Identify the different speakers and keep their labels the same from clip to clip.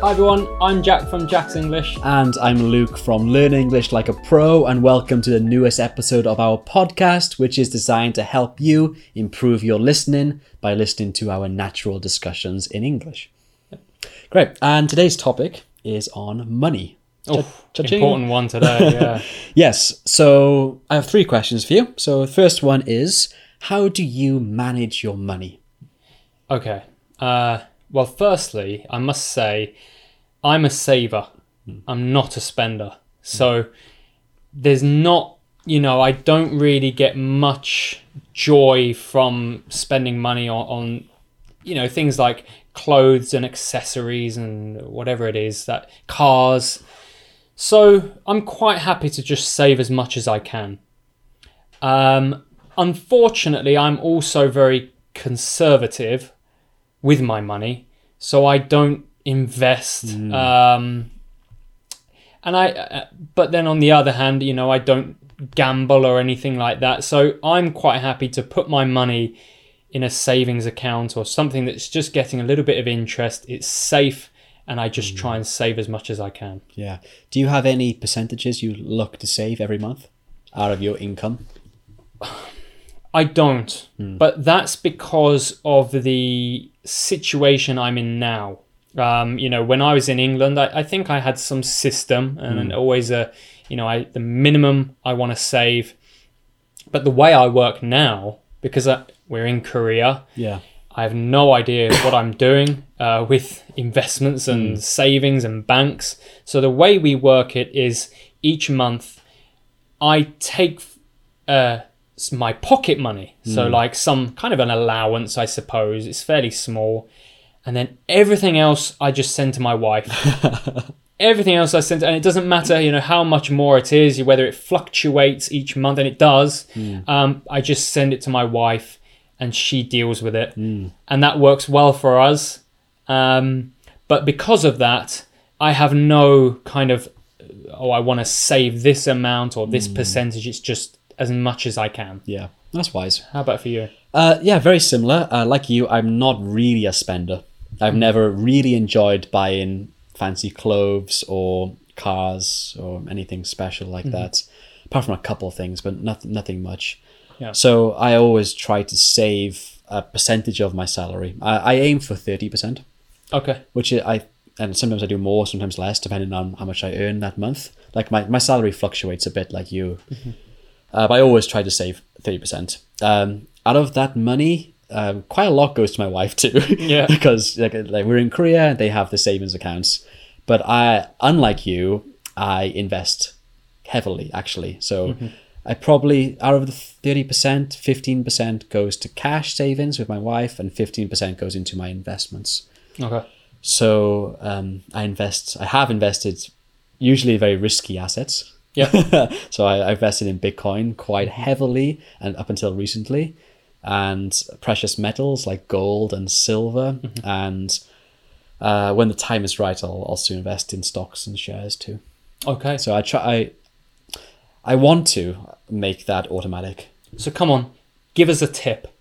Speaker 1: Hi everyone, I'm Jack from Jack's English.
Speaker 2: And I'm Luke from Learn English Like a Pro, and welcome to the newest episode of our podcast, which is designed to help you improve your listening by listening to our natural discussions in English. Great. And today's topic is on money.
Speaker 1: Oh,
Speaker 2: Cha-ching.
Speaker 1: important one today, yeah.
Speaker 2: Yes. So I have three questions for you. So the first one is How do you manage your money?
Speaker 1: okay. Uh, well, firstly, I must say I'm a saver. I'm not a spender. So there's not, you know, I don't really get much joy from spending money on, on you know, things like clothes and accessories and whatever it is that cars. So I'm quite happy to just save as much as I can. Um, unfortunately, I'm also very conservative with my money, so I don't invest. Um, and I, uh, but then on the other hand, you know, I don't gamble or anything like that. So I'm quite happy to put my money in a savings account or something that's just getting a little bit of interest. It's safe, and I just try and save as much as I can.
Speaker 2: Yeah. Do you have any percentages you look to save every month out of your income?
Speaker 1: I don't. But that's because of the situation I'm in now. Um, you know, when I was in England, I, I think I had some system and always a, you know, I the minimum I want to save. But the way I work now, because I, we're in Korea,
Speaker 2: Yeah.
Speaker 1: I have no idea what I'm doing uh, with investments and savings and banks. So the way we work it is each month I take uh, s- my pocket money, so like some kind of an allowance, I suppose. It's fairly small, and then everything else I just send to my wife. everything else I send, and it doesn't matter, you know, how much more it is, whether it fluctuates each month, and it does. Um, I just send it to my wife, and she deals with it, and that works well for us. Um, but because of that, I have no kind of oh, I want to save this amount or this percentage. It's just as much as I can.
Speaker 2: Yeah. That's wise.
Speaker 1: How about for you?
Speaker 2: Uh, yeah, very similar. Uh, like you, I'm not really a spender. I've never really enjoyed buying fancy clothes or cars or anything special like that, apart from a couple of things, but nothing, nothing much.
Speaker 1: Yeah.
Speaker 2: So I always try to save a percentage of my salary. I, I aim for thirty percent,
Speaker 1: Okay.
Speaker 2: which I and sometimes I do more, sometimes less, depending on how much I earn that month. Like my, my salary fluctuates a bit, like you. Uh, but I always try to save 30%. Um, out of that money, um, quite a lot goes to my wife too.
Speaker 1: Yeah.
Speaker 2: because like, like we're in Korea, they have the savings accounts. But I, unlike you, I invest heavily actually. So I probably, out of the 30%, 15% goes to cash savings with my wife and 15% goes into my investments.
Speaker 1: Okay.
Speaker 2: So um, I invest. I have invested usually very risky assets. Yeah. so I, I invested in Bitcoin quite heavily, and up until recently, and precious metals like gold and silver. And uh, when the time is right, I'll also invest in stocks and shares too.
Speaker 1: Okay.
Speaker 2: So I try. I I want to make that automatic.
Speaker 1: So come on, give us a tip.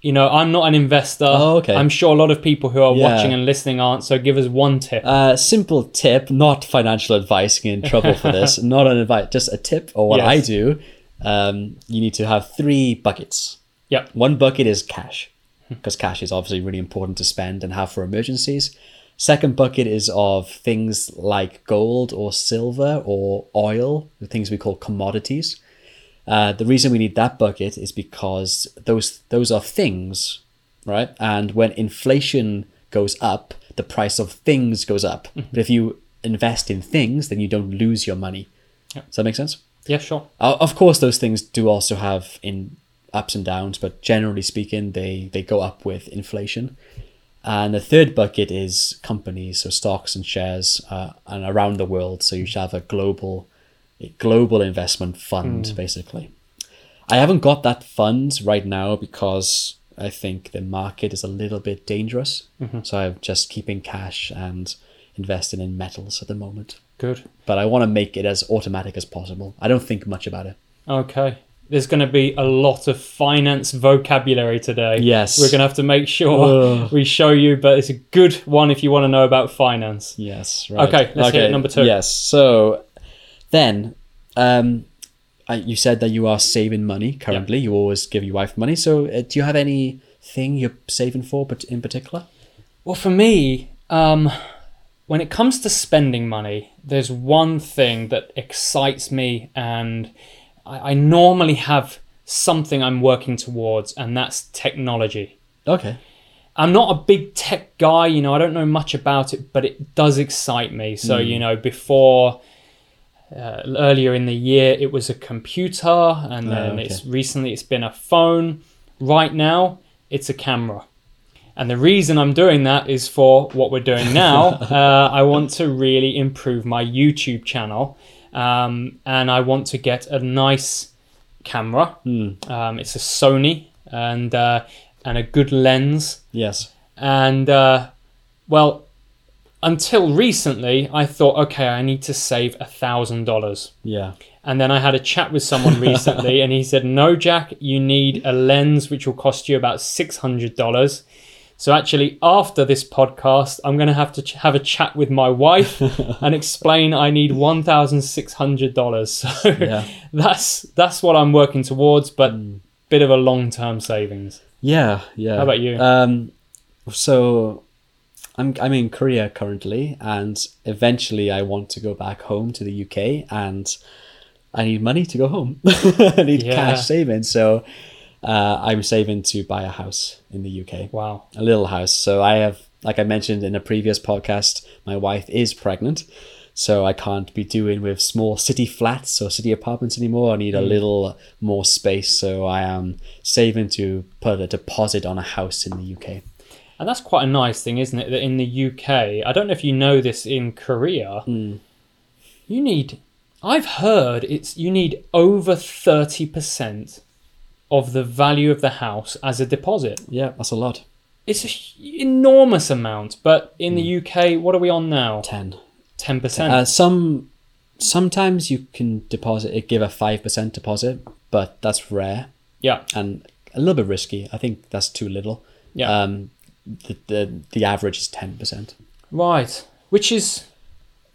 Speaker 1: You know, I'm not an investor.
Speaker 2: Hmm. Oh, okay.
Speaker 1: I'm sure a lot of people who are
Speaker 2: Yeah.
Speaker 1: watching and listening aren't. So give us one tip.
Speaker 2: Uh, simple tip, not financial advice. Get in trouble for this. not an advice, just a tip or what
Speaker 1: Yes.
Speaker 2: I do. Um, you need to have three buckets.
Speaker 1: yep.
Speaker 2: One bucket is cash, because cash is obviously really important to spend and have for emergencies. Second bucket is of things like gold or silver or oil, the things we call commodities. Uh, the reason we need that bucket is because those those are things, right? And when inflation goes up, the price of things goes up. But if you invest in things, then you don't lose your money. Does that make sense?
Speaker 1: Yeah. Sure.
Speaker 2: Uh, of course, those things do also have in ups and downs, but generally speaking, they they go up with inflation. And the third bucket is companies, so stocks and shares, uh, and around the world. So you should have a global, a global investment fund, basically. I haven't got that fund right now because I think the market is a little bit dangerous. So I'm just keeping cash and investing in metals at the moment
Speaker 1: Good.
Speaker 2: but I want to make it as automatic as possible. I don't think much about it.
Speaker 1: Okay. There's going to be a lot of finance vocabulary today.
Speaker 2: Yes.
Speaker 1: We're going to have to make sure
Speaker 2: Ugh.
Speaker 1: we show you, but it's a good one if you want to know about finance.
Speaker 2: Yes. Right.
Speaker 1: Okay, let's hit number two.
Speaker 2: Yes. So then, um, I, you said that you are saving money currently. You always give your wife money. So uh, do you have any thing you're saving for, but in particular?
Speaker 1: Well, for me, um, when it comes to spending money, there's one thing that excites me, and I, I normally have something I'm working towards, and that's technology.
Speaker 2: Okay.
Speaker 1: I'm not a big tech guy, you know, I don't know much about it, but it does excite me. So, you know, before uh, earlier in the year, it was a computer, and then
Speaker 2: okay.
Speaker 1: it's recently it's been a phone. Right now, it's a camera. And the reason I'm doing that is for what we're doing now. uh, I want to really improve my YouTube channel, um, and I want to get a nice camera. Um, it's a Sony and uh, and a good lens.
Speaker 2: Yes.
Speaker 1: And uh, well, until recently, I thought, okay, I need to save a thousand dollars.
Speaker 2: Yeah.
Speaker 1: And then I had a chat with someone recently, and he said, No, Jack, you need a lens which will cost you about $600. So, actually, after this podcast, I'm going to have to ch- have a chat with my wife and explain I need $1,600. So,
Speaker 2: Yeah.
Speaker 1: that's, that's what I'm working towards, but bit of a long term savings.
Speaker 2: Yeah, yeah.
Speaker 1: How about you?
Speaker 2: Um, so I'm I'm in Korea currently, and eventually I want to go back home to the UK, and I need money to go home. I need
Speaker 1: Yeah.
Speaker 2: cash savings, so uh, I'm saving to buy a house in the UK,
Speaker 1: Wow.
Speaker 2: a little house. So I have, like I mentioned in a previous podcast, my wife is pregnant. So I can't be doing with small city flats or city apartments anymore. I need a little more space, so I am saving to put a deposit on a house in the UK.
Speaker 1: And that's quite a nice thing, isn't it? That in the UK, I don't know if you know this in Korea, you need, I've heard it's you need over 30% of the value of the house as a deposit.
Speaker 2: Yeah, that's a lot.
Speaker 1: It's an enormous amount, but in the UK, what are we on now?
Speaker 2: Ten.
Speaker 1: 10%.
Speaker 2: Uh, some sometimes you can deposit it, give a five percent deposit, but that's rare.
Speaker 1: yeah.
Speaker 2: and a little bit risky. I think that's too little.
Speaker 1: Yeah.
Speaker 2: Um, the, the the average is ten percent.
Speaker 1: Right. Which is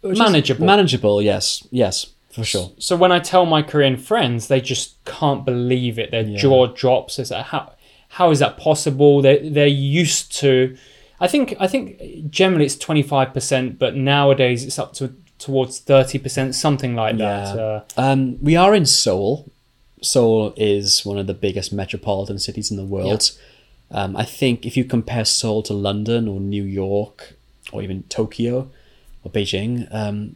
Speaker 1: manageable.
Speaker 2: Manageable. Yes. Yes. For sure.
Speaker 1: So when I tell my Korean friends, they just can't believe it. Their
Speaker 2: Yeah.
Speaker 1: jaw drops. It's like, how how is that possible? They they're used to. I think I think generally it's twenty five percent, but nowadays it's up to towards thirty percent, something like that.
Speaker 2: Yeah.
Speaker 1: Uh,
Speaker 2: Um, we are in Seoul. Seoul is one of the biggest metropolitan cities in the world. Um, I think if you compare Seoul to London or New York or even Tokyo or Beijing, um,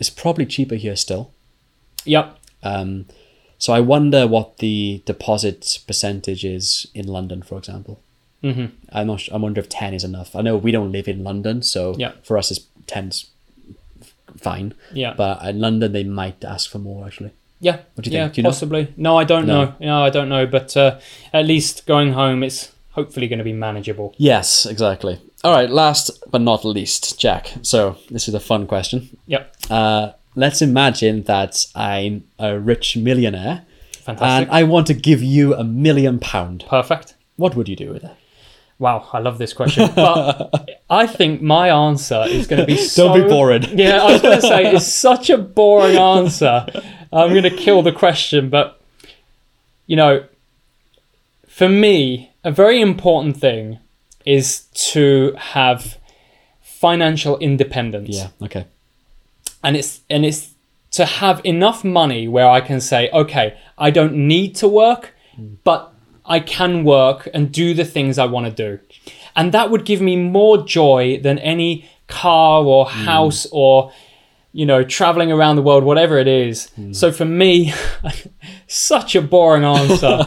Speaker 2: it's probably cheaper here still.
Speaker 1: yep.
Speaker 2: Um, so I wonder what the deposit percentage is in London, for example.
Speaker 1: Mhm.
Speaker 2: I'm not. su- I wonder if ten is enough. I know we don't live in London, so
Speaker 1: Yeah.
Speaker 2: for us, it's ten's fine.
Speaker 1: Yeah.
Speaker 2: But in London, they might ask for more actually.
Speaker 1: yeah.
Speaker 2: What do you
Speaker 1: yeah,
Speaker 2: think? Do you know?
Speaker 1: possibly. No, I don't
Speaker 2: No.
Speaker 1: know. No, I don't know. But uh, at least going home, it's hopefully going to be manageable.
Speaker 2: Yes, exactly. All right. Last but not least, Jack. So this is a fun question.
Speaker 1: Yep.
Speaker 2: Uh, let's imagine that I'm a rich millionaire,
Speaker 1: Fantastic.
Speaker 2: and I want to give you a million pound.
Speaker 1: Perfect.
Speaker 2: What would you do with it?
Speaker 1: Wow, I love this question. But I think my answer is going to be so.
Speaker 2: Don't be boring.
Speaker 1: Yeah, I was going to say it's such a boring answer. I'm going to kill the question, but you know, for me, a very important thing is to have financial independence
Speaker 2: Yeah. Okay.
Speaker 1: and it's and it's to have enough money where I can say, okay, I don't need to work, but I can work and do the things I want to do, and that would give me more joy than any car or
Speaker 2: Mm.
Speaker 1: house or you know traveling around the world, whatever it is.
Speaker 2: Mm.
Speaker 1: So for me, such a boring answer,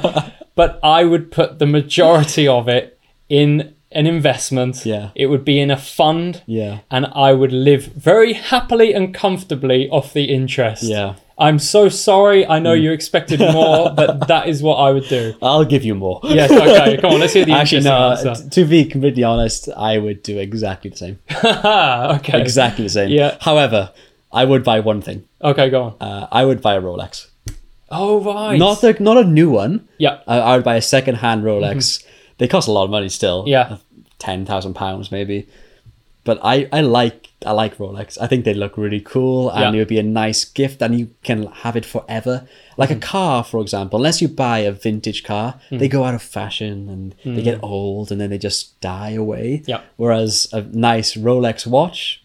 Speaker 1: but I would put the majority of it in an investment.
Speaker 2: Yeah.
Speaker 1: it would be in a fund
Speaker 2: Yeah.
Speaker 1: and I would live very happily and comfortably off the interest.
Speaker 2: Yeah. Mm.
Speaker 1: I'm so sorry. I know you expected more, but that is what I would do.
Speaker 2: I'll give you more.
Speaker 1: Yes, okay. Come on, let's hear the
Speaker 2: Actually,
Speaker 1: interesting
Speaker 2: no.
Speaker 1: answer.
Speaker 2: t- To be completely honest, I would do exactly the same.
Speaker 1: Ah, okay.
Speaker 2: Exactly the same.
Speaker 1: Yeah.
Speaker 2: However, I would buy one thing.
Speaker 1: Okay, go on.
Speaker 2: Uh, I would buy a Rolex.
Speaker 1: Oh right.
Speaker 2: Not the, not a new one.
Speaker 1: yeah.
Speaker 2: I, I would buy a second hand Rolex. They cost a lot of money still.
Speaker 1: Mm-hmm. Yeah.
Speaker 2: ten thousand pounds maybe. But I, I like I like Rolex. I think they look really cool, and
Speaker 1: Yeah.
Speaker 2: it would be a nice gift, and you can have it forever. Like
Speaker 1: Mm-hmm.
Speaker 2: a car, for example, unless you buy a vintage car,
Speaker 1: Mm.
Speaker 2: they go out of fashion and they get old, and then they just die away.
Speaker 1: Yeah.
Speaker 2: Whereas a nice Rolex watch,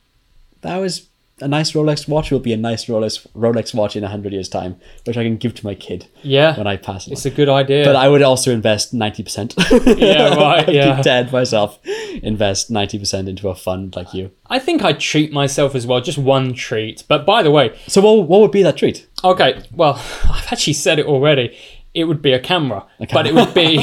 Speaker 2: that was a nice Rolex watch will be a nice Rolex Rolex watch in hundred years time, which I can give to my kid
Speaker 1: Yeah.
Speaker 2: when I pass. along.
Speaker 1: it's a good idea.
Speaker 2: But I would also invest 90%.
Speaker 1: Yeah, right,
Speaker 2: I'd be
Speaker 1: yeah.
Speaker 2: dead myself. Invest 90% into a fund like you.
Speaker 1: I think I treat myself as well, just one treat. But by the way,
Speaker 2: So what, what would be that treat?
Speaker 1: okay, well, I've actually said it already. It would be a camera, but it would be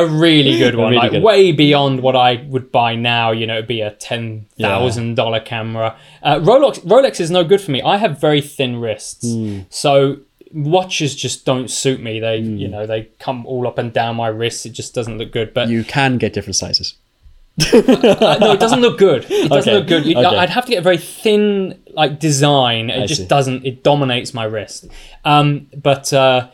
Speaker 1: a really good one,
Speaker 2: really
Speaker 1: like
Speaker 2: good-
Speaker 1: way beyond what I would buy now. You know, it'd be a ten thousand dollar camera. Uh, Rolex Rolex is no good for me. I have very thin wrists, so watches just don't suit me. They, you know, they come all up and down my wrists. It just doesn't look good. But
Speaker 2: You can get different sizes.
Speaker 1: no, it doesn't look good. It doesn't
Speaker 2: Okay,
Speaker 1: look good. It-
Speaker 2: okay.
Speaker 1: I'd have to get a very thin like design. It
Speaker 2: I
Speaker 1: just
Speaker 2: see.
Speaker 1: doesn't. It dominates my wrist. Um, but uh,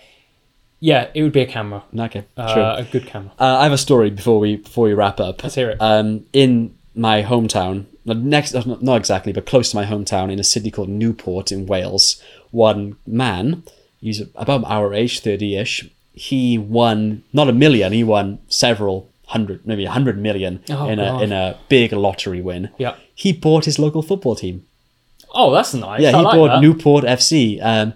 Speaker 1: yeah, it would be a camera.
Speaker 2: Okay,
Speaker 1: Uh,
Speaker 2: true.
Speaker 1: A good camera.
Speaker 2: Uh, I have a story before we before we wrap up.
Speaker 1: Let's hear it.
Speaker 2: Um, in my hometown, not next uh, not not exactly, but close to my hometown, in a city called Newport in Wales, one man, he's about our age, thirty-ish. He won not a million, he won several hundred, maybe a hundred million
Speaker 1: Oh,
Speaker 2: in
Speaker 1: God.
Speaker 2: a in a big lottery win.
Speaker 1: Yeah.
Speaker 2: he bought his local football team.
Speaker 1: Oh, that's nice.
Speaker 2: Yeah,
Speaker 1: I
Speaker 2: he
Speaker 1: like
Speaker 2: bought
Speaker 1: that.
Speaker 2: Newport FC. Um,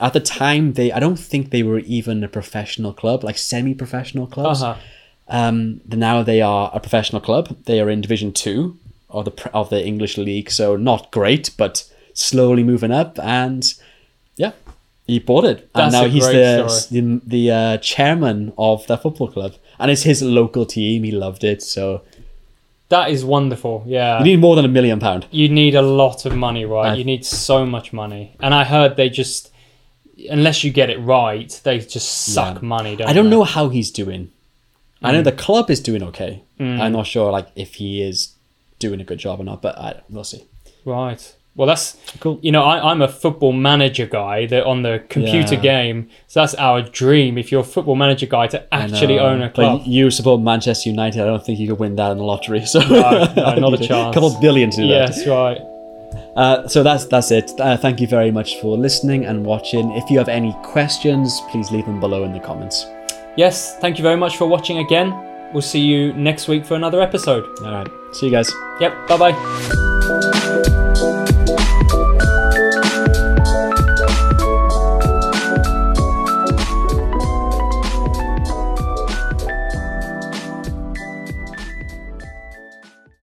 Speaker 2: at the time, they I don't think they were even a professional club, like semi-professional clubs.
Speaker 1: Uh-huh.
Speaker 2: Um, the- now they are a professional club. They are in Division Two of the pre- of the English league, so not great, but slowly moving up. And yeah, he bought it,
Speaker 1: That's
Speaker 2: and now
Speaker 1: a
Speaker 2: he's
Speaker 1: great
Speaker 2: the
Speaker 1: story.
Speaker 2: the, the uh, chairman of the football club, and it's his local team. He loved it, so
Speaker 1: That is wonderful. Yeah.
Speaker 2: you need more than a million pound.
Speaker 1: You need a lot of money, right?
Speaker 2: I-
Speaker 1: you need so much money. And I heard they just, unless you get it right, they just suck
Speaker 2: Yeah.
Speaker 1: money. Don't
Speaker 2: I don't
Speaker 1: they?
Speaker 2: know how he's doing. I
Speaker 1: Mm.
Speaker 2: know the club is doing okay. I'm not sure like if he is doing a good job or not, but I, we'll see.
Speaker 1: Right. Well, that's
Speaker 2: Cool.
Speaker 1: You know, I, I'm a football manager guy that on the computer
Speaker 2: Yeah.
Speaker 1: game. So that's our dream. If you're a football manager guy, to
Speaker 2: I know.
Speaker 1: actually own a
Speaker 2: But
Speaker 1: club.
Speaker 2: you support Manchester United. I don't think you could win that in the lottery. So
Speaker 1: no, not a chance.
Speaker 2: couple billion to do that.
Speaker 1: Yes, right.
Speaker 2: Uh, so that's that's it. Uh, thank you very much for listening and watching. If you have any questions, please leave them below in the comments.
Speaker 1: Yes, thank you very much for watching again. We'll see you next week for another episode.
Speaker 2: All right. See you guys.
Speaker 1: Yep, bye bye.